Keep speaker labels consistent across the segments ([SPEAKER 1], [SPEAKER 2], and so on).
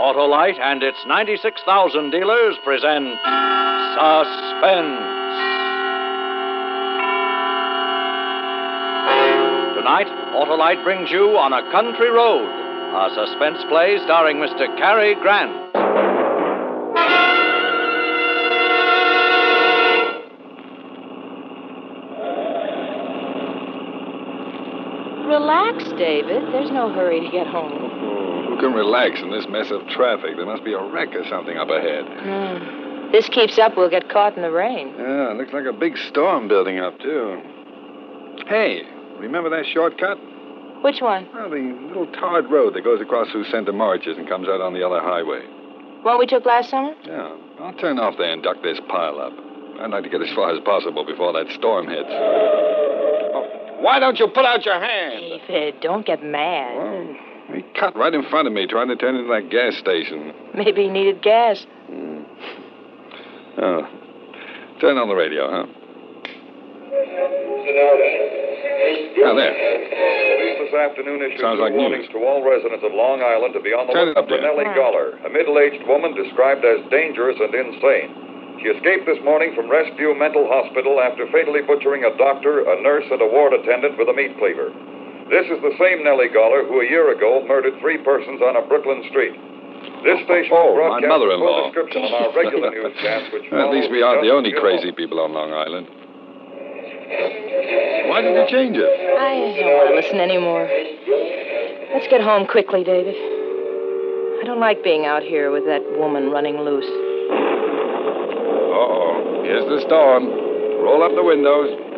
[SPEAKER 1] Autolite and its 96,000 dealers present Suspense. Tonight, Autolite brings you On a Country Road, a suspense play starring Mr. Cary Grant.
[SPEAKER 2] Relax, David. There's no hurry to get home.
[SPEAKER 3] Hmm. Who can relax in this mess of traffic? There must be a wreck or something up ahead.
[SPEAKER 2] This keeps up, we'll get caught in the rain.
[SPEAKER 3] Yeah, looks like a big storm building up, too. Hey, remember that shortcut?
[SPEAKER 2] Which one?
[SPEAKER 3] Well, the little tarred road that goes across through Santa Marches and comes out on the other highway.
[SPEAKER 2] One we took last summer?
[SPEAKER 3] Yeah, I'll turn off there and duck this pile up. I'd like to get as far as possible before that storm hits. Oh, why don't you put out your hand?
[SPEAKER 2] David, don't get mad.
[SPEAKER 3] Well, he cut right in front of me trying to turn into that gas station.
[SPEAKER 2] Maybe he needed gas.
[SPEAKER 3] Mm. Oh. Turn on the radio, huh? Ah, there.
[SPEAKER 4] Police this afternoon issued
[SPEAKER 3] Sounds
[SPEAKER 4] two
[SPEAKER 3] like
[SPEAKER 4] warnings
[SPEAKER 3] news.
[SPEAKER 4] to all residents of Long Island to be on the
[SPEAKER 3] Turn it
[SPEAKER 4] lookout
[SPEAKER 3] up,
[SPEAKER 4] for
[SPEAKER 3] Dan.
[SPEAKER 4] Nellie Goller, a middle-aged woman described as dangerous and insane. She escaped this morning from Rescue Mental Hospital after fatally butchering a doctor, a nurse, and a ward attendant with a meat cleaver. This is the same Nellie Goller who a year ago murdered three persons on a Brooklyn street. This station
[SPEAKER 3] Oh,
[SPEAKER 4] will
[SPEAKER 3] my
[SPEAKER 4] broadcast a
[SPEAKER 3] mother-in-law.
[SPEAKER 4] full description on our regular newscast, which
[SPEAKER 3] Well, at least we
[SPEAKER 4] follows
[SPEAKER 3] aren't the
[SPEAKER 4] just
[SPEAKER 3] only
[SPEAKER 4] below.
[SPEAKER 3] crazy people on Long Island. Why did you change it?
[SPEAKER 2] I don't want to listen anymore. Let's get home quickly, David. I don't like being out here with that woman running loose.
[SPEAKER 3] Uh-oh. Here's the storm. Roll up the windows.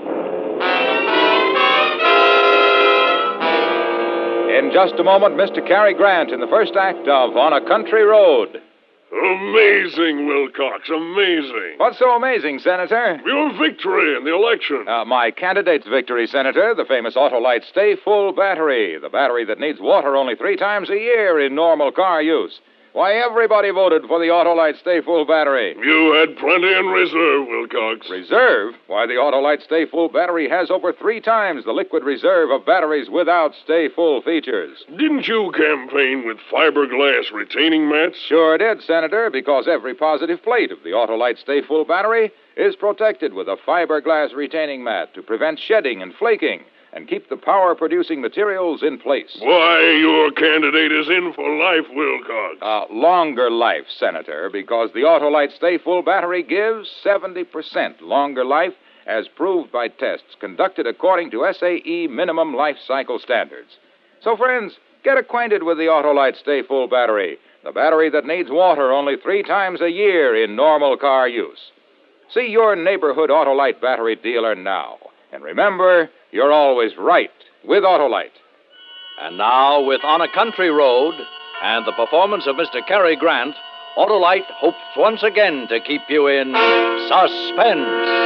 [SPEAKER 1] In just a moment, Mr. Cary Grant in the first act of On a Country Road.
[SPEAKER 5] Amazing, Wilcox, amazing.
[SPEAKER 1] What's so amazing, Senator?
[SPEAKER 5] Your victory in the election.
[SPEAKER 1] Uh, my candidate's victory, Senator, the famous Autolite Stay Full battery, the battery that needs water only three times a year in normal car use. Why, everybody voted for the Autolite Stay Full battery.
[SPEAKER 5] You had plenty in reserve, Wilcox.
[SPEAKER 1] Reserve? Why, the Autolite Stay Full battery has over three times the liquid reserve of batteries without Stay Full features.
[SPEAKER 5] Didn't you campaign with fiberglass retaining mats?
[SPEAKER 1] Sure did, Senator, because every positive plate of the Autolite Stay Full battery is protected with a fiberglass retaining mat to prevent shedding and flaking and keep the power producing materials in place.
[SPEAKER 5] Why, your candidate is in for life, Wilcox.
[SPEAKER 1] Uh, longer life, Senator, because the Autolite Stay Full battery gives 70% longer life, as proved by tests conducted according to SAE minimum life cycle standards. So, friends, get acquainted with the Autolite Stay Full battery, the battery that needs water only three times a year in normal car use. See your neighborhood Autolite battery dealer now. And remember, you're always right with Autolite. And now, with On a Country Road and the performance of Mr. Cary Grant, Autolite hopes once again to keep you in suspense.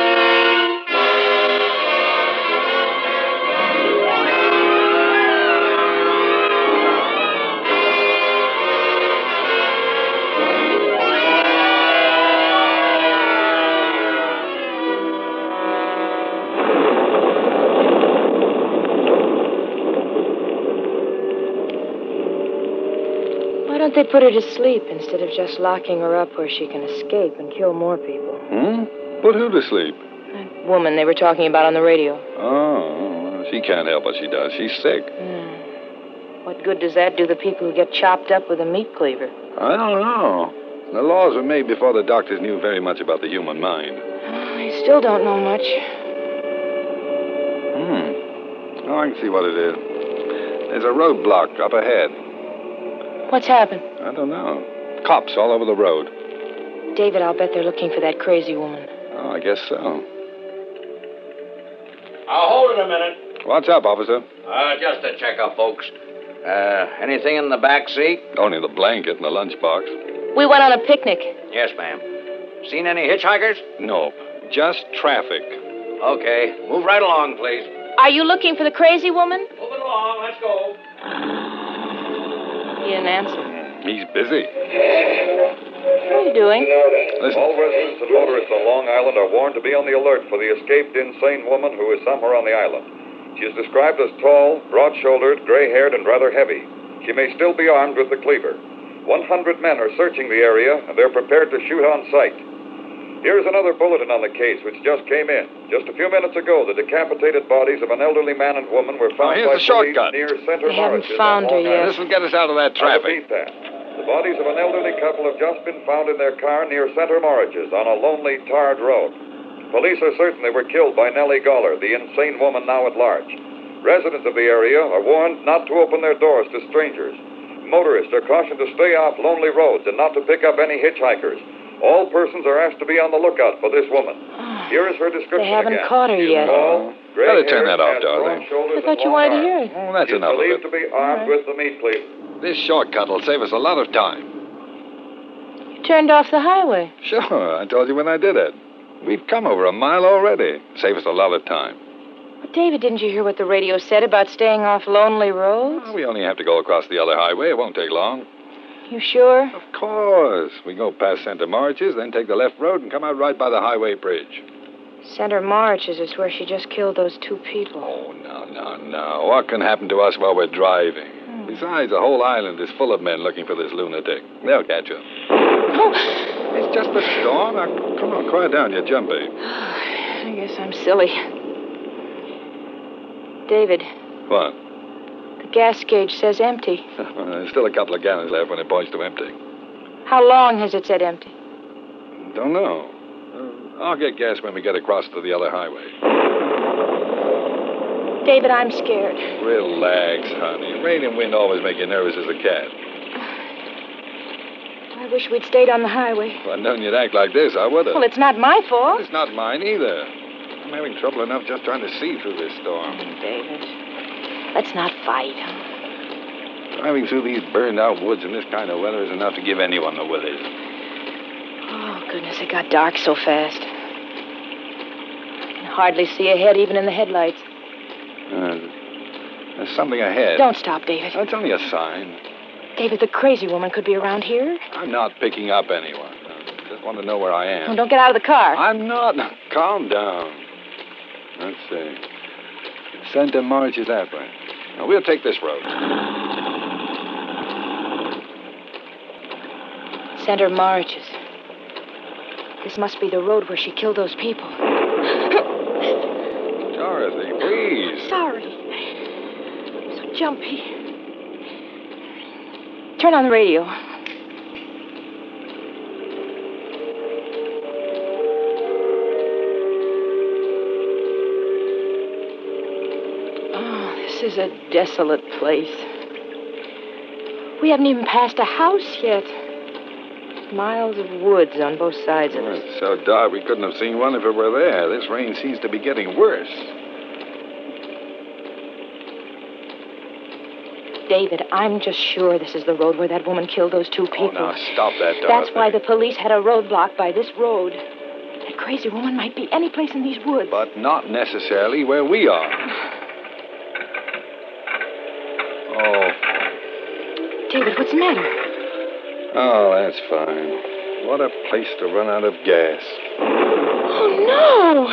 [SPEAKER 2] Why don't they put her to sleep instead of just locking her up where she can escape and kill more people?
[SPEAKER 3] Hmm? Put who to sleep?
[SPEAKER 2] That woman they were talking about on the radio.
[SPEAKER 3] Oh, well, she can't help what she does. She's sick.
[SPEAKER 2] Hmm. What good does that do the people who get chopped up with a meat cleaver?
[SPEAKER 3] I don't know. The laws were made before the doctors knew very much about the human mind.
[SPEAKER 2] I still don't know much.
[SPEAKER 3] Hmm. Oh, I can see what it is. There's a roadblock up ahead.
[SPEAKER 2] What's happened?
[SPEAKER 3] I don't know. Cops all over the road.
[SPEAKER 2] David, I'll bet they're looking for that crazy woman.
[SPEAKER 3] Oh, I guess so.
[SPEAKER 1] I'll hold it a minute.
[SPEAKER 3] What's up, officer?
[SPEAKER 1] Uh, just a checkup, folks. Uh, anything in the back seat?
[SPEAKER 3] Only the blanket and the lunchbox.
[SPEAKER 2] We went on a picnic.
[SPEAKER 1] Yes, ma'am. Seen any hitchhikers?
[SPEAKER 3] No, just traffic.
[SPEAKER 1] Okay. Move right along, please.
[SPEAKER 2] Are you looking for the crazy woman?
[SPEAKER 1] Move it along. Let's go.
[SPEAKER 2] He didn't answer.
[SPEAKER 3] He's busy.
[SPEAKER 2] What are you doing?
[SPEAKER 3] Listen.
[SPEAKER 4] All residents and motorists on Long Island are warned to be on the alert for the escaped insane woman who is somewhere on the island. She is described as tall, broad shouldered, gray haired, and rather heavy. She may still be armed with the cleaver. 100 men are searching the area, and they're prepared to shoot on sight. Here's another bulletin on the case which just came in. Just a few minutes ago, the decapitated bodies of an elderly man and woman were
[SPEAKER 3] Oh,
[SPEAKER 4] found
[SPEAKER 3] here's the
[SPEAKER 4] by police
[SPEAKER 3] shortcut.
[SPEAKER 4] near Center
[SPEAKER 2] They haven't
[SPEAKER 4] Morris.
[SPEAKER 2] found her yet.
[SPEAKER 3] This will get us out of that
[SPEAKER 4] I
[SPEAKER 3] traffic.
[SPEAKER 4] repeat that. The bodies of an elderly couple have just been found in their car near Center Morridge's on a lonely, tarred road. Police are certain they were killed by Nellie Goller, the insane woman now at large. Residents of the area are warned not to open their doors to strangers. Motorists are cautioned to stay off lonely roads and not to pick up any hitchhikers. All persons are asked to be on the lookout for this woman.
[SPEAKER 2] Oh,
[SPEAKER 4] Here is her description
[SPEAKER 2] They haven't
[SPEAKER 4] again.
[SPEAKER 2] caught her
[SPEAKER 4] She's
[SPEAKER 2] yet.
[SPEAKER 4] tall, gray
[SPEAKER 3] Better turn
[SPEAKER 4] hair,
[SPEAKER 3] that off,
[SPEAKER 4] has
[SPEAKER 3] Dorothy.
[SPEAKER 4] broad shoulders
[SPEAKER 2] I
[SPEAKER 4] and
[SPEAKER 2] thought you
[SPEAKER 4] long
[SPEAKER 2] wanted to
[SPEAKER 4] arms.
[SPEAKER 2] hear it.
[SPEAKER 3] Well, Oh, that's
[SPEAKER 4] She's
[SPEAKER 3] enough of
[SPEAKER 4] believed
[SPEAKER 3] it.
[SPEAKER 4] to be armed
[SPEAKER 2] All right.
[SPEAKER 4] with the meat cleaver.
[SPEAKER 3] This shortcut will save us a lot of time.
[SPEAKER 2] You turned off the highway.
[SPEAKER 3] Sure, I told you when I did it. We've come over a mile already. Save us a lot of time.
[SPEAKER 2] Well, David, didn't you hear what the radio said about staying off lonely roads?
[SPEAKER 3] We only have to go across the other highway. It won't take long.
[SPEAKER 2] You sure?
[SPEAKER 3] Of course. We go past Santa Marches, then take the left road and come out right by the highway bridge.
[SPEAKER 2] Center Marches is where she just killed those two people.
[SPEAKER 3] Oh, no, no, no. What can happen to us while we're driving? Besides, the whole island is full of men looking for this lunatic. They'll catch him.
[SPEAKER 2] Oh,
[SPEAKER 3] It's just a storm. Now, come on, quiet down. You're jumpy.
[SPEAKER 2] I guess I'm silly. David,
[SPEAKER 3] What?
[SPEAKER 2] the gas gauge says empty.
[SPEAKER 3] There's still a couple of gallons left when it points to empty.
[SPEAKER 2] How long has it said empty?
[SPEAKER 3] Don't know. Uh, I'll get gas when we get across to the other highway.
[SPEAKER 2] David, I'm scared.
[SPEAKER 3] Relax, honey. Rain and wind always make you nervous as a cat.
[SPEAKER 2] I wish we'd stayed on the highway.
[SPEAKER 3] If I'd known you'd act like this, I would have.
[SPEAKER 2] Well, it's not my fault.
[SPEAKER 3] It's not mine either. I'm having trouble enough just trying to see through this storm.
[SPEAKER 2] David, let's not fight.
[SPEAKER 3] Driving through these burned out woods in this kind of weather is enough to give anyone the willies.
[SPEAKER 2] Oh, goodness, it got dark so fast. I can hardly see ahead, even in the headlights.
[SPEAKER 3] Uh, there's something ahead.
[SPEAKER 2] Don't stop, David.
[SPEAKER 3] That's only a sign.
[SPEAKER 2] David, the crazy woman could be around here.
[SPEAKER 3] I'm not picking up anyone. I just want to know where I am.
[SPEAKER 2] Oh, don't get out of the car.
[SPEAKER 3] I'm not. Calm down. Let's see. Santa Marge is that way. Now, we'll take this road.
[SPEAKER 2] Center Marches. This must be the road where she killed those people.
[SPEAKER 3] Dorothy, please.
[SPEAKER 2] Sorry. I'm so jumpy. Turn on the radio. Oh, this is a desolate place. We haven't even passed a house yet. Miles of woods on both sides of us.
[SPEAKER 3] It's so dark we couldn't have seen one if it were there. This rain seems to be getting worse. Oh,
[SPEAKER 2] David, I'm just sure this is the road where that woman killed those two people.
[SPEAKER 3] Oh, now stop that, Dorothy.
[SPEAKER 2] That's why the police had a roadblock by this road. That crazy woman might be any place in these woods.
[SPEAKER 3] But not necessarily where we are. Oh,
[SPEAKER 2] David, what's the matter?
[SPEAKER 3] oh, that's fine. What a place to run out of gas.
[SPEAKER 2] Oh, no!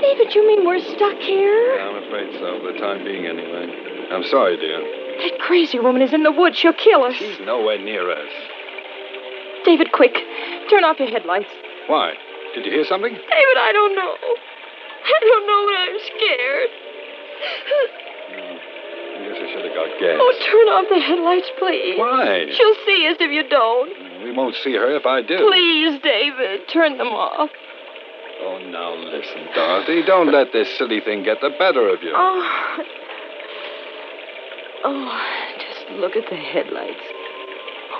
[SPEAKER 2] David, you mean we're stuck here?
[SPEAKER 3] I'm afraid so, for the time being, anyway. I'm sorry, dear.
[SPEAKER 2] That crazy woman is in the woods. She'll kill us.
[SPEAKER 3] She's nowhere near us.
[SPEAKER 2] David, quick. Turn off your headlights.
[SPEAKER 3] Why? Did you hear something?
[SPEAKER 2] David, I don't know. I don't know, but I'm scared.
[SPEAKER 3] I guess I should have got gas.
[SPEAKER 2] Oh, turn off the headlights, please.
[SPEAKER 3] Why?
[SPEAKER 2] She'll see us if you don't.
[SPEAKER 3] We won't see her if I do.
[SPEAKER 2] Please, David, turn them off.
[SPEAKER 3] Oh, now listen, Dorothy. Don't let this silly thing get the better of you.
[SPEAKER 2] Oh. Oh, just look at the headlights.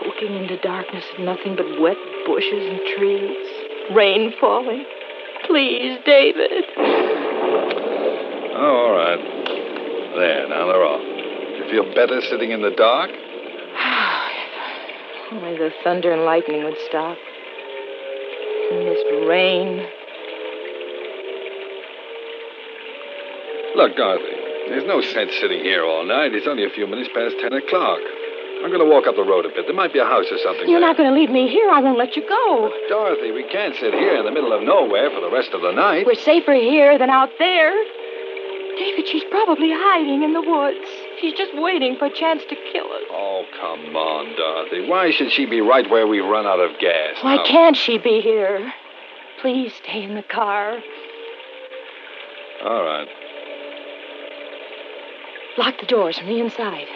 [SPEAKER 2] Poking into darkness and nothing but wet bushes and trees. Rain falling. Please, David.
[SPEAKER 3] Oh, all right. There, now they're off. You feel better sitting in the dark?
[SPEAKER 2] If Only the thunder and lightning would stop. And this rain.
[SPEAKER 3] Look, Dorothy, there's no sense sitting here all night. It's only a few minutes past 10 o'clock. I'm going to walk up the road a bit. There might be a house or something.
[SPEAKER 2] You're
[SPEAKER 3] there.
[SPEAKER 2] not going to leave me here. I won't let you go.
[SPEAKER 3] Dorothy, we can't sit here in the middle of nowhere for the rest of the night.
[SPEAKER 2] We're safer here than out there. David, she's probably hiding in the woods. She's just waiting for a chance to kill us.
[SPEAKER 3] Oh, come on, Dorothy. Why should she be right where we run out of gas?
[SPEAKER 2] Why
[SPEAKER 3] now?
[SPEAKER 2] can't she be here? Please stay in the car.
[SPEAKER 3] All right.
[SPEAKER 2] Lock the doors from the inside.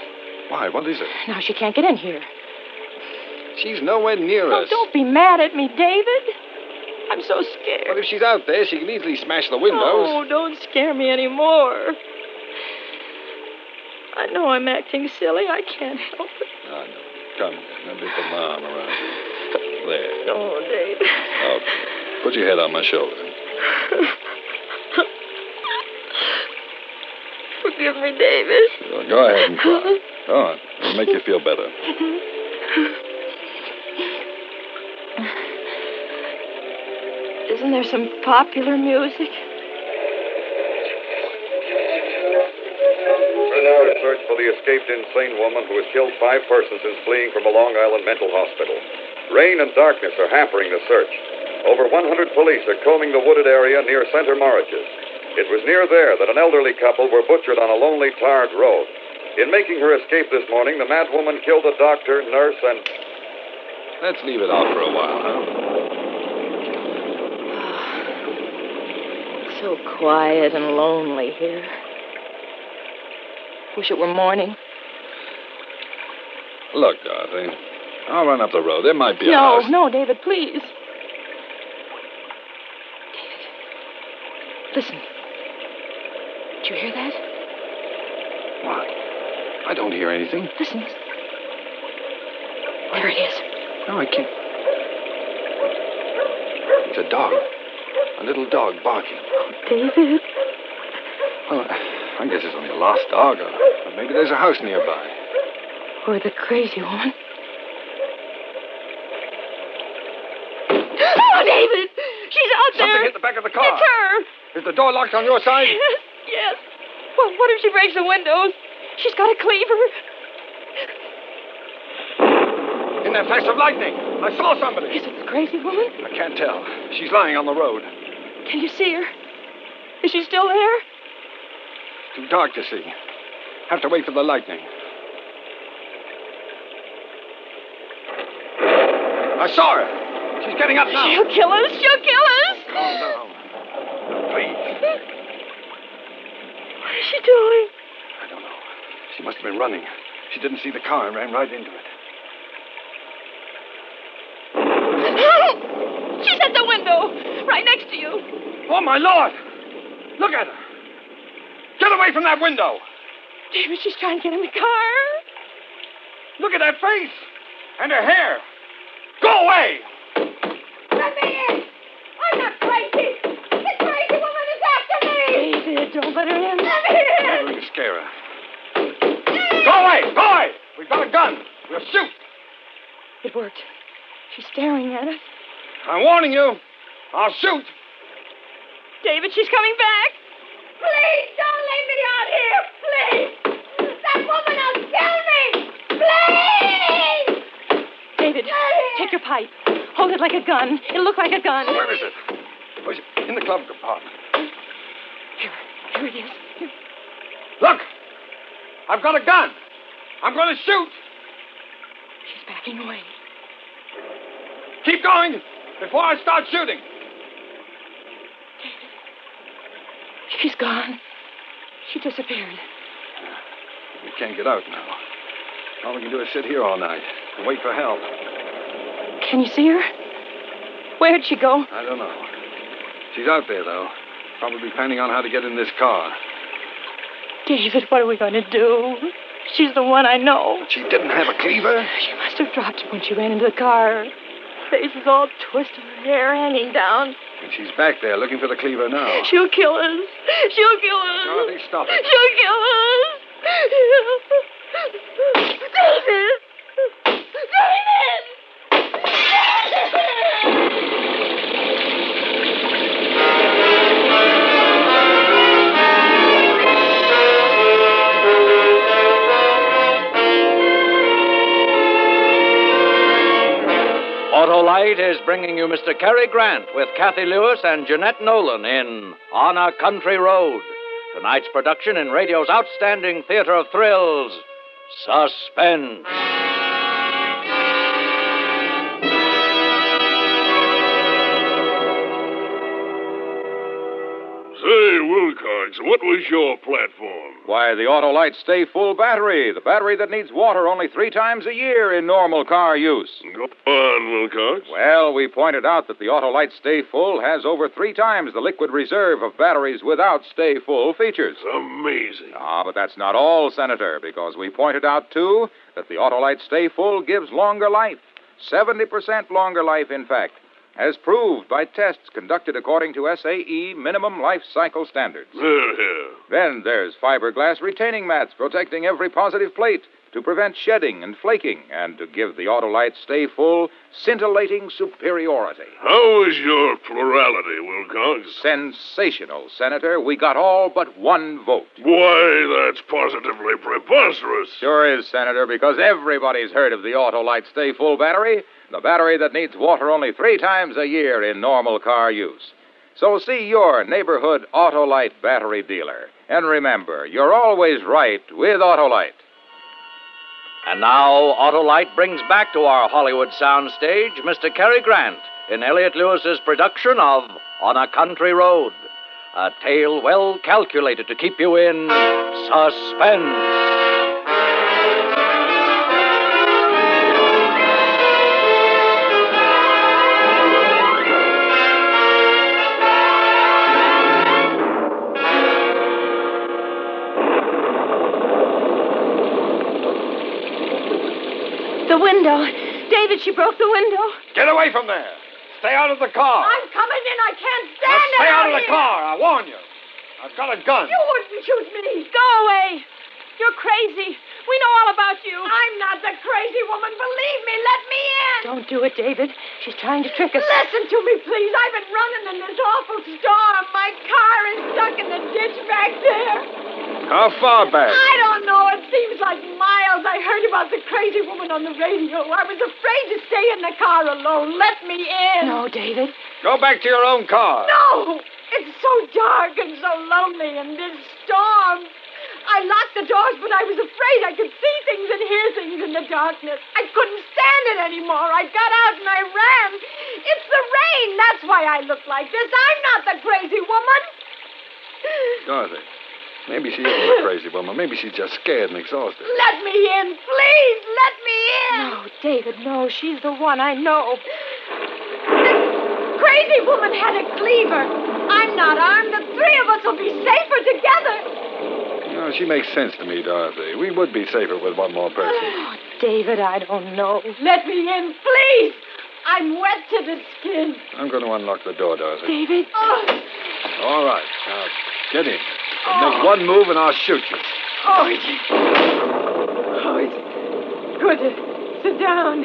[SPEAKER 3] Why? What is it?
[SPEAKER 2] Now she can't get in here.
[SPEAKER 3] She's nowhere near
[SPEAKER 2] Oh,
[SPEAKER 3] us.
[SPEAKER 2] don't be mad at me, David. I'm so scared.
[SPEAKER 3] But if she's out there, she can easily smash the windows.
[SPEAKER 2] Oh, don't scare me anymore. I know I'm acting silly. I can't help it.
[SPEAKER 3] I know. Ah, Come, let me put my arm around you. There.
[SPEAKER 2] Oh, David.
[SPEAKER 3] Okay. Put your head on my shoulder.
[SPEAKER 2] Forgive me, David.
[SPEAKER 3] Well, Go ahead and cry. Go on. It'll make you feel better.
[SPEAKER 2] Isn't there some popular music?
[SPEAKER 4] We're now to search for the escaped insane woman who has killed five persons since fleeing from a Long Island mental hospital. Rain and darkness are hampering the search. Over 100 police are combing the wooded area near Center Morriges. It was near there that an elderly couple were butchered on a lonely, tarred road. In making her escape this morning, the mad woman killed a doctor, nurse, and
[SPEAKER 3] Let's leave it out for a while, huh?
[SPEAKER 2] So quiet and lonely here. Wish it were morning.
[SPEAKER 3] Look, Dorothy. I'll run up the road. There might be a
[SPEAKER 2] no,
[SPEAKER 3] house.
[SPEAKER 2] no, David, please. David, listen. Did you hear that?
[SPEAKER 3] What? I don't hear anything.
[SPEAKER 2] Listen. There it is.
[SPEAKER 3] No, I can't. It's a dog. A little dog barking.
[SPEAKER 2] David.
[SPEAKER 3] Well, I guess it's only a lost dog, or or maybe there's a house nearby.
[SPEAKER 2] Or the crazy woman. Oh, David! She's out there!
[SPEAKER 3] Something hit the back of the car.
[SPEAKER 2] It's her!
[SPEAKER 3] Is the door locked on your side?
[SPEAKER 2] Yes, yes. Well, what if she breaks the windows? She's got a cleaver.
[SPEAKER 3] In that flash of lightning, I saw somebody.
[SPEAKER 2] Is it the crazy woman?
[SPEAKER 3] I can't tell. She's lying on the road.
[SPEAKER 2] Can you see her? Is she still there?
[SPEAKER 3] Too dark to see. Have to wait for the lightning. I saw her. She's getting up now.
[SPEAKER 2] She'll kill us! She'll kill us!
[SPEAKER 3] Calm down. Please.
[SPEAKER 2] What is she doing?
[SPEAKER 3] I don't know. She must have been running. She didn't see the car and ran right into it.
[SPEAKER 2] Help! She's at the window, right next to you.
[SPEAKER 3] Oh, my Lord! Look at her! Get away from that window!
[SPEAKER 2] David, she's trying to get in the car.
[SPEAKER 3] Look at that face! And her hair! Go away!
[SPEAKER 2] Let me in! I'm not crazy! The crazy woman is after me! David, don't let her in. Let me in!
[SPEAKER 3] Never scare her. Go away! Go away! We've got a gun! We'll shoot!
[SPEAKER 2] It worked. She's staring at us.
[SPEAKER 3] I'm warning you! I'll shoot!
[SPEAKER 2] David, she's coming back. Please don't leave me out here. Please. That woman will kill me. Please. David, take your pipe. Hold it like a gun. It'll look like a gun.
[SPEAKER 3] Where is it? Where's it? In the glove compartment.
[SPEAKER 2] Here, here it is. Here.
[SPEAKER 3] Look! I've got a gun! I'm going to shoot!
[SPEAKER 2] She's backing away.
[SPEAKER 3] Keep going before I start shooting!
[SPEAKER 2] She's gone. She disappeared.
[SPEAKER 3] We can't get out now. All we can do is sit here all night and wait for help.
[SPEAKER 2] Can you see her? Where'd she go?
[SPEAKER 3] I don't know. She's out there, though. Probably planning on how to get in this car.
[SPEAKER 2] David, what are we going to do? She's the one I know.
[SPEAKER 3] She didn't have a cleaver?
[SPEAKER 2] She must have dropped it when she ran into the car. Face is all twisted, her hair hanging down.
[SPEAKER 3] And she's back there looking for the cleaver
[SPEAKER 6] Oh.
[SPEAKER 3] now.
[SPEAKER 2] She'll kill us. She'll kill us.
[SPEAKER 3] Dorothy, stop it.
[SPEAKER 2] She'll kill us. David! David!
[SPEAKER 1] Autolite is bringing you Mr. Cary Grant with Kathy Lewis and Jeanette Nolan in On a Country Road. Tonight's production in radio's outstanding theater of thrills, Suspense.
[SPEAKER 7] Say, Wilcox, what was your platform?
[SPEAKER 3] Why, the Autolite Stay Full battery, the battery that needs water only three times a year in normal car use.
[SPEAKER 7] Go on, Wilcox.
[SPEAKER 3] Well, we pointed out that the Autolite Stay Full has over three times the liquid reserve of batteries without Stay Full features.
[SPEAKER 7] Amazing.
[SPEAKER 3] Ah, but that's not all, Senator, because we pointed out, too, that the Autolite Stay Full gives longer life 70% longer life, in fact as proved by tests conducted according to SAE minimum life cycle standards.
[SPEAKER 7] Here, here.
[SPEAKER 3] Then there's fiberglass retaining mats protecting every positive plate to prevent shedding and flaking and to give the Autolite stay full, scintillating superiority.
[SPEAKER 7] How was your plurality, Wilcox?
[SPEAKER 3] Sensational, Senator. We got all but one vote.
[SPEAKER 7] Why, that's positively preposterous.
[SPEAKER 3] Sure is, Senator, because everybody's heard of the Autolite stay full battery the battery that needs water only three times a year in normal car use. So see your neighborhood Autolite battery dealer. And remember, you're always right with Autolite.
[SPEAKER 1] And now, Autolite brings back to our Hollywood soundstage Mr. Cary Grant in Elliot Lewis's production of On a Country Road, a tale well calculated to keep you in suspense.
[SPEAKER 8] The window. David, she broke the window.
[SPEAKER 6] Get away from there. Stay out of the car.
[SPEAKER 8] I'm coming in. I can't
[SPEAKER 6] now
[SPEAKER 8] stand it.
[SPEAKER 6] stay out, of the
[SPEAKER 8] here.
[SPEAKER 6] car. I warn you. I've got a gun.
[SPEAKER 8] You wouldn't shoot me. Go away. You're crazy. We know all about you. I'm not the crazy woman. Believe me. Let me in.
[SPEAKER 2] Don't do it, David. She's trying to trick us.
[SPEAKER 8] Listen to me, please. I've been running in this awful storm. My car is stuck in the ditch back there.
[SPEAKER 6] How far back?
[SPEAKER 8] I don't know. It seems like miles. I heard about the crazy woman on the radio. I was afraid to stay in the car alone. Let me in.
[SPEAKER 2] No, David.
[SPEAKER 6] Go back to your own car.
[SPEAKER 8] No! It's so dark and so lonely in this storm. I locked the doors, but I was afraid I could see things and hear things in the darkness. I couldn't stand it anymore. I got out and I ran. It's the rain. That's why I look like this. I'm not the crazy woman.
[SPEAKER 6] Dorothy, maybe she isn't a crazy woman. Maybe she's just scared and exhausted.
[SPEAKER 8] Let me in, please. Let me in.
[SPEAKER 2] No, David, no. She's the one I know.
[SPEAKER 8] The crazy woman had a cleaver. I'm not armed. The three of us will be safer together.
[SPEAKER 6] No, she makes sense to me, Dorothy. We would be safer with one more person.
[SPEAKER 2] Oh, David, I don't know.
[SPEAKER 8] Let me in, please. I'm wet to the skin.
[SPEAKER 6] I'm going to unlock the door, Dorothy.
[SPEAKER 2] David?
[SPEAKER 8] Oh.
[SPEAKER 6] All right. Now, get in. And make one move and I'll shoot you.
[SPEAKER 8] Oh, it's... Oh, it's good to sit down.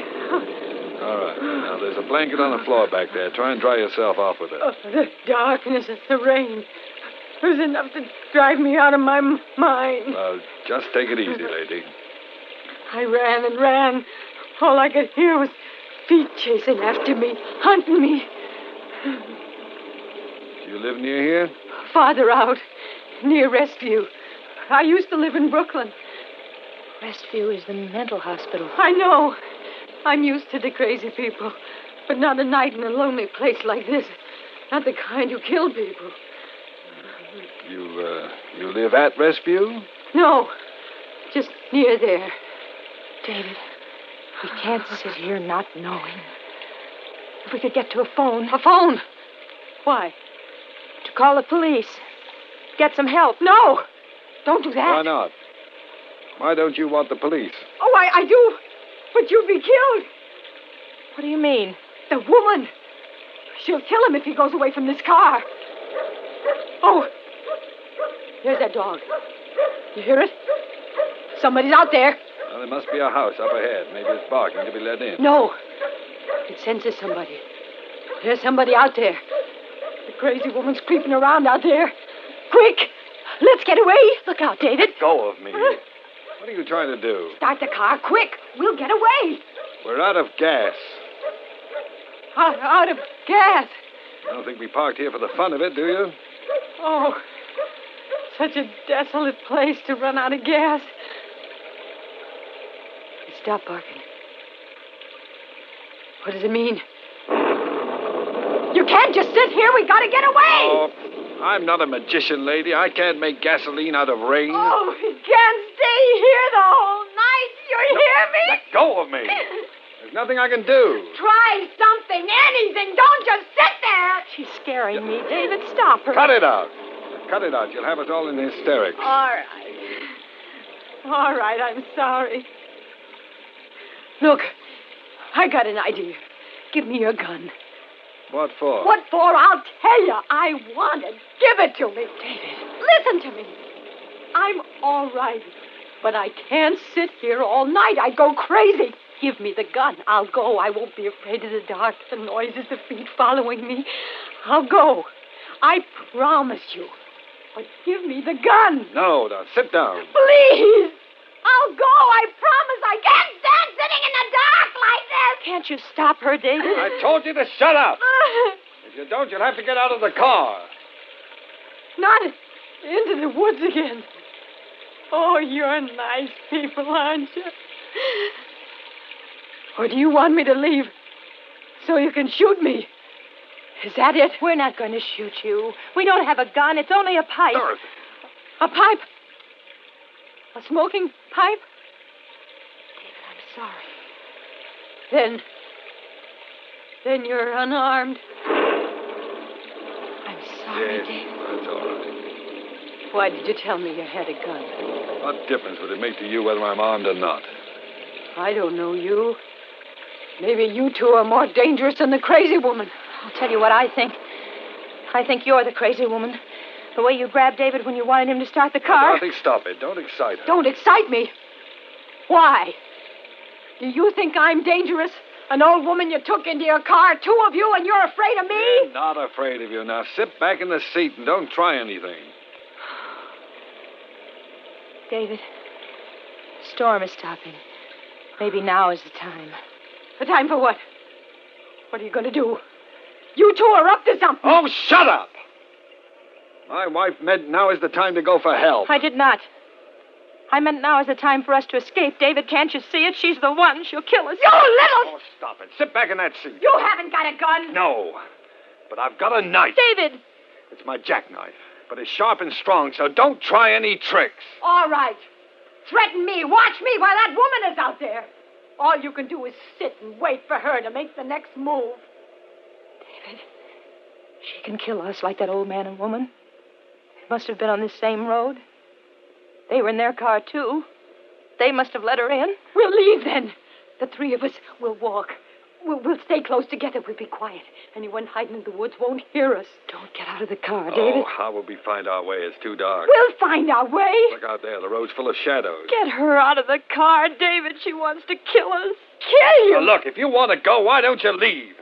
[SPEAKER 6] All right. Now, there's a blanket on the floor back there. Try and dry yourself off with it.
[SPEAKER 2] Oh, the darkness and the rain. It was enough to drive me out of my m- mind.
[SPEAKER 6] Well, just take it easy, lady.
[SPEAKER 2] I ran and ran. All I could hear was feet chasing after me, hunting me.
[SPEAKER 6] Do you live near here?
[SPEAKER 2] Farther out, near Restview. I used to live in Brooklyn.
[SPEAKER 9] Restview is the mental hospital.
[SPEAKER 2] I know. I'm used to the crazy people, but not a night in a lonely place like this. Not the kind who kill people.
[SPEAKER 6] You, uh, you live at Rescue?
[SPEAKER 2] No, just near there.
[SPEAKER 9] David, we can't sit here not knowing. If we could get to a phone
[SPEAKER 2] A phone. Why?
[SPEAKER 9] to call the police, get some help.
[SPEAKER 2] No! Don't do that.
[SPEAKER 6] Why not? Why don't you want the police?
[SPEAKER 2] Oh, I, I do. But you'll be killed.
[SPEAKER 9] What do you mean?
[SPEAKER 2] The woman. She'll kill him if he goes away from this car. Oh, there's that dog. You hear it? Somebody's out there.
[SPEAKER 6] Well, there must be a house up ahead. Maybe it's barking to be let in.
[SPEAKER 2] No. It senses somebody. There's somebody out there. The crazy woman's creeping around out there. Quick! Let's get away. Look out, David.
[SPEAKER 6] Go of me. What are you trying to do?
[SPEAKER 2] Start the car, quick. We'll get away.
[SPEAKER 6] We're out of gas.
[SPEAKER 2] Out, out of gas.
[SPEAKER 6] I don't think we parked here for the fun of it, do you?
[SPEAKER 2] Oh.
[SPEAKER 8] Such a desolate place to run out of gas. It stopped barking. What does it mean? You can't just sit here. We gotta get away.
[SPEAKER 3] Oh, I'm not a magician, lady. I can't make gasoline out of rain.
[SPEAKER 10] Oh, we can't stay here the whole night. You hear me?
[SPEAKER 3] Let go of me. There's nothing I can do.
[SPEAKER 10] Try something, anything. Don't just sit there.
[SPEAKER 2] She's scaring me. David, stop her.
[SPEAKER 3] Cut it out. Cut it out. You'll have us all in hysterics.
[SPEAKER 10] All right.
[SPEAKER 8] All right, I'm sorry. Look, I got an idea. Give me your gun.
[SPEAKER 3] What for?
[SPEAKER 8] What for? I'll tell you. I want it. Give it to me. David. Listen to me. I'm all right, but I can't sit here all night. I'd go crazy. Give me the gun. I'll go. I won't be afraid of the dark, the noises, the feet following me. I'll go. I promise you. But give me the gun.
[SPEAKER 3] No, now sit down.
[SPEAKER 10] Please. I'll go. I promise. I can't stand sitting in the dark like this.
[SPEAKER 2] Can't you stop her, David?
[SPEAKER 3] I told you to shut up. If you don't, you'll have to get out of the car.
[SPEAKER 8] Not into the woods again. Oh, you're nice people, aren't you? Or do you want me to leave so you can shoot me? Is that it?
[SPEAKER 2] We're not going to shoot you. We don't have a gun. It's only a pipe.
[SPEAKER 3] Dorothy.
[SPEAKER 8] A pipe? A smoking pipe?
[SPEAKER 2] David, I'm sorry.
[SPEAKER 8] Then. Then you're unarmed. I'm sorry,
[SPEAKER 3] Yes,
[SPEAKER 8] David.
[SPEAKER 3] that's all right.
[SPEAKER 8] Why did you tell me you had a gun?
[SPEAKER 3] What difference would it make to you whether I'm armed or not?
[SPEAKER 8] I don't know you. Maybe you two are more dangerous than the crazy woman.
[SPEAKER 2] I'll tell you what I think. I think you're the crazy woman. The way you grabbed David when you wanted him to start the car.
[SPEAKER 3] Dorothy, stop it. Don't excite her.
[SPEAKER 8] Don't excite me. Why? Do you think I'm dangerous? An old woman you took into your car, two of you, and you're afraid of me?
[SPEAKER 3] I'm not afraid of you now. Sit back in the seat and don't try anything.
[SPEAKER 2] David, storm is stopping. Maybe now is the time.
[SPEAKER 8] The time for what? What are you going to do? You two are up to something.
[SPEAKER 3] Oh, shut up! My wife meant now is the time to go for help.
[SPEAKER 2] I did not. I meant now is the time for us to escape. David, can't you see it? She's the one. She'll kill us.
[SPEAKER 8] You little.
[SPEAKER 3] Oh, stop it. Sit back in that seat.
[SPEAKER 8] You haven't got a gun.
[SPEAKER 3] No. But I've got a knife.
[SPEAKER 2] David!
[SPEAKER 3] It's my jackknife. But it's sharp and strong, so don't try any tricks.
[SPEAKER 8] All right. Threaten me. Watch me while that woman is out there. All you can do is sit and wait for her to make the next move.
[SPEAKER 2] She can kill us like that old man and woman. It must have been on this same road. They were in their car, too. They must have let her in.
[SPEAKER 8] We'll leave then. The three of us will walk. We'll, we'll stay close together. We'll be quiet. Anyone hiding in the woods won't hear us.
[SPEAKER 2] Don't get out of the car,
[SPEAKER 3] Oh,
[SPEAKER 2] David.
[SPEAKER 3] how will we find our way? It's too dark.
[SPEAKER 8] We'll find our way.
[SPEAKER 3] Look out there. The road's full of shadows.
[SPEAKER 2] Get her out of the car, David. She wants to kill us.
[SPEAKER 8] Kill
[SPEAKER 3] Now,
[SPEAKER 8] you.
[SPEAKER 3] look, if you want to go, why don't you leave?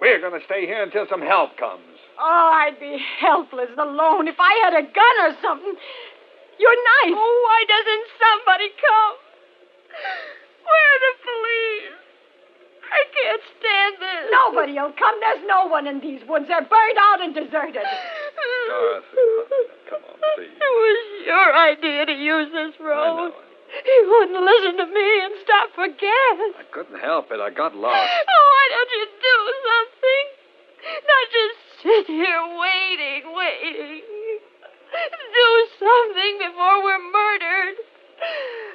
[SPEAKER 3] We're going to stay here until some help comes.
[SPEAKER 8] Oh, I'd be helpless alone if I had a gun or something. Your knife.
[SPEAKER 10] Oh, why doesn't somebody come? Where are the police? I can't stand this.
[SPEAKER 8] Nobody'll come. There's no one in these woods. They're burned out and deserted.
[SPEAKER 3] Dorothy, come on, please.
[SPEAKER 10] It was your idea to use this
[SPEAKER 3] I know.
[SPEAKER 10] road. He wouldn't listen to me and stop for gas.
[SPEAKER 3] I couldn't help it. I got
[SPEAKER 10] Oh,
[SPEAKER 3] lost.
[SPEAKER 10] why don't you do something? Not just sit here waiting, waiting. Do something before we're murdered.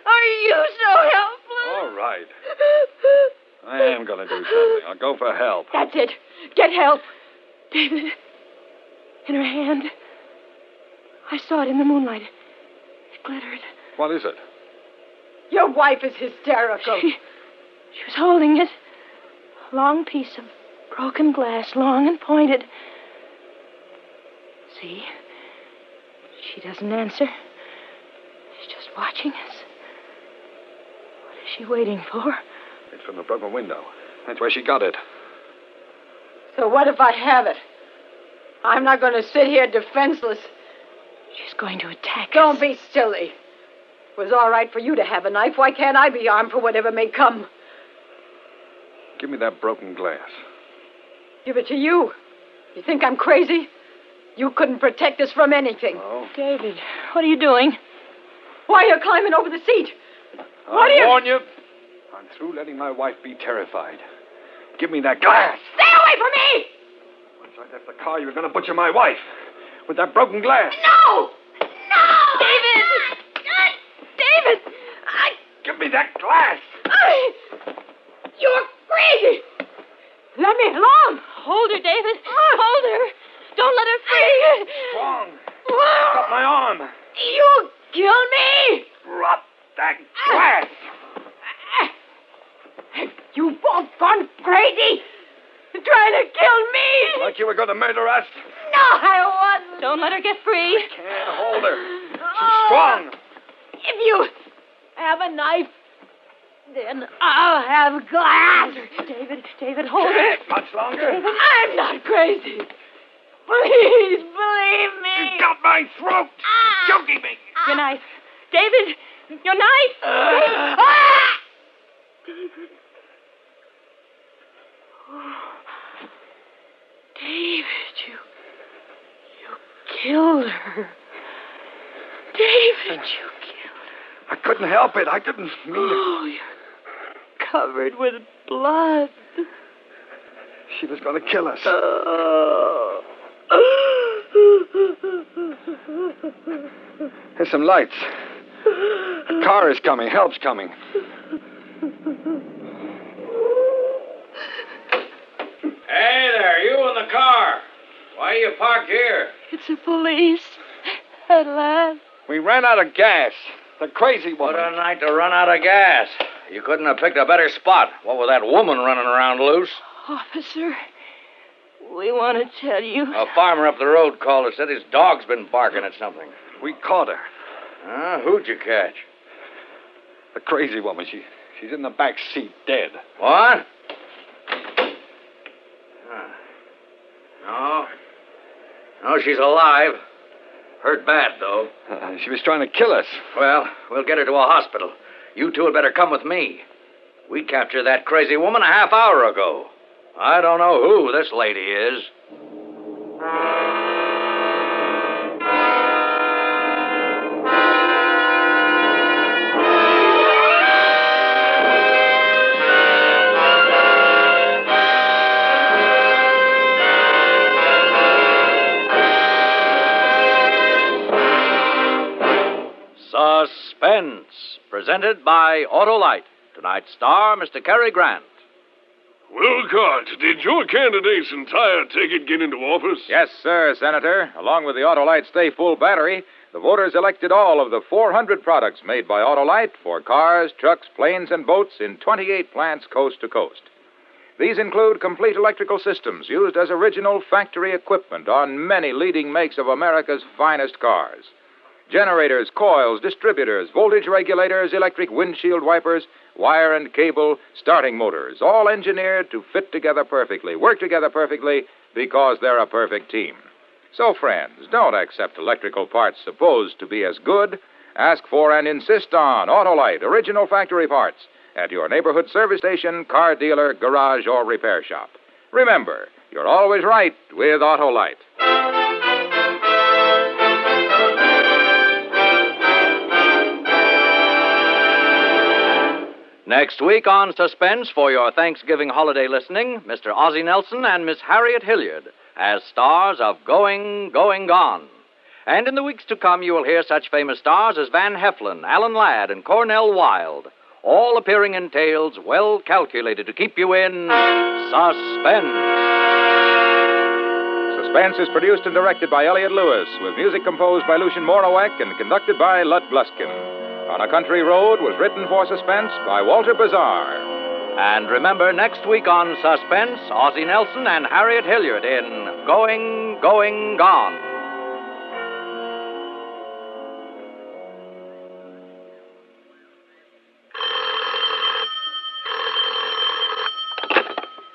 [SPEAKER 10] Are you so helpless?
[SPEAKER 3] All right. I am going to do something. I'll go for help.
[SPEAKER 8] That's it. Get help.
[SPEAKER 2] David, in her hand. I saw it in the moonlight. It glittered.
[SPEAKER 3] What is it?
[SPEAKER 8] Your wife is hysterical.
[SPEAKER 2] She, she was holding it. A long piece of broken glass, long and pointed. See? She doesn't answer. She's just watching us. What is she waiting for?
[SPEAKER 3] It's from the broken window. That's where she got it.
[SPEAKER 8] So what if I have it? I'm not going to sit here defenseless.
[SPEAKER 2] She's going to attack
[SPEAKER 8] Don't
[SPEAKER 2] us.
[SPEAKER 8] be silly. It was all right for you to have a knife. Why can't I be armed for whatever may come?
[SPEAKER 3] Give me that broken glass.
[SPEAKER 8] Give it to you. You think I'm crazy? You couldn't protect us from anything.
[SPEAKER 11] David, what are you doing?
[SPEAKER 8] Why are you climbing over the seat? What do
[SPEAKER 12] I
[SPEAKER 8] you-
[SPEAKER 12] warn you. I'm through letting my wife be terrified. Give me that glass.
[SPEAKER 13] Stay away from me!
[SPEAKER 12] Once I left the car, you were going to butcher my wife with that broken glass.
[SPEAKER 13] No! No! David! David! I.
[SPEAKER 12] Give me that glass.
[SPEAKER 13] I you're crazy!
[SPEAKER 8] Let me alone! Hold her, David. Hold her. Don't let her free.
[SPEAKER 12] Wrong. Drop my arm.
[SPEAKER 13] You kill me!
[SPEAKER 12] Drop that
[SPEAKER 8] Ah.
[SPEAKER 12] glass.
[SPEAKER 8] You both gone crazy. Trying to kill me.
[SPEAKER 12] Like you were going to murder us.
[SPEAKER 13] No, I wasn't.
[SPEAKER 11] Don't let her get free.
[SPEAKER 12] Can't hold her.
[SPEAKER 8] Oh,
[SPEAKER 12] Strong.
[SPEAKER 8] If you have a knife, then I'll have glass. David, David, hold her.
[SPEAKER 12] Can't much longer.
[SPEAKER 8] I'm not crazy. Please believe me. Ah.
[SPEAKER 12] She's got my throat. She's choking me.
[SPEAKER 11] Your knife. David, your knife.
[SPEAKER 12] Uh.
[SPEAKER 13] Ah!
[SPEAKER 8] Ah. David, you. You killed her. David, you killed
[SPEAKER 12] I couldn't help it. I didn't mean it.
[SPEAKER 8] Oh, you're covered with blood.
[SPEAKER 12] She was going to kill us. There's some lights. A car is coming. Help's coming.
[SPEAKER 1] Hey there, you in the car. Why are you parked here?
[SPEAKER 11] It's the police. At last.
[SPEAKER 12] We ran out of gas. The crazy one.
[SPEAKER 1] What a night to run out of gas. You couldn't have picked a better spot. What with that woman running around loose?
[SPEAKER 11] Officer, we want to tell you.
[SPEAKER 1] A farmer up the road called and said his dog's been barking at something.
[SPEAKER 12] We caught her.
[SPEAKER 1] Huh? Who'd you catch?
[SPEAKER 12] The crazy woman. She, she's in the back seat, dead.
[SPEAKER 1] What? Huh. No. No, she's alive. Hurt bad, though.
[SPEAKER 12] Uh, she was trying to kill us.
[SPEAKER 1] Well, we'll get her to a hospital. You two had better come with me. We captured that crazy woman a half hour ago. I don't know who this lady is. Suspense, presented by Autolite. Tonight's star, Mr. Cary Grant.
[SPEAKER 14] Wilcott, did your candidate's entire ticket get into office?
[SPEAKER 3] Yes, sir, Senator. Along with the Autolite Stay Full battery, the voters elected all of the 400 products made by Autolite for cars, trucks, planes, and boats in 28 plants coast to coast. These include complete electrical systems used as original factory equipment on many leading makes of America's finest cars. Generators, coils, distributors, voltage regulators, electric windshield wipers, wire and cable, starting motors, all engineered to fit together perfectly, work together perfectly, because they're a perfect team. So, friends, don't accept electrical parts supposed to be as good. Ask for and insist on Autolite original factory parts at your neighborhood service station, car dealer, garage, or repair shop. Remember, you're always right with Autolite.
[SPEAKER 1] Next week on Suspense for your Thanksgiving holiday listening, Mr. Ozzie Nelson and Miss Harriet Hilliard as stars of Going, Going, Gone. And in the weeks to come, you will hear such famous stars as Van Heflin, Alan Ladd, and Cornell Wilde, all appearing in tales well calculated to keep you in suspense.
[SPEAKER 3] Suspense is produced and directed by Elliot Lewis, with music composed by Lucian Morawek and conducted by Lud Bluskin. On a Country Road was written for Suspense by Walter Bazaar.
[SPEAKER 1] And remember, next week on Suspense, Ozzie Nelson and Harriet Hilliard in Going, Going, Gone.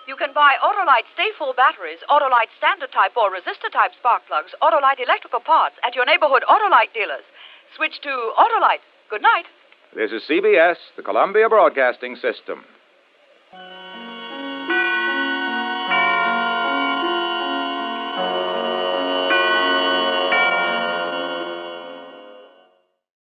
[SPEAKER 2] You can buy Autolite Stay Full batteries, Autolite standard type or resistor type spark plugs, Autolite electrical parts at your neighborhood Autolite dealers. Switch to Autolite. Good night.
[SPEAKER 3] This is CBS, the Columbia Broadcasting System.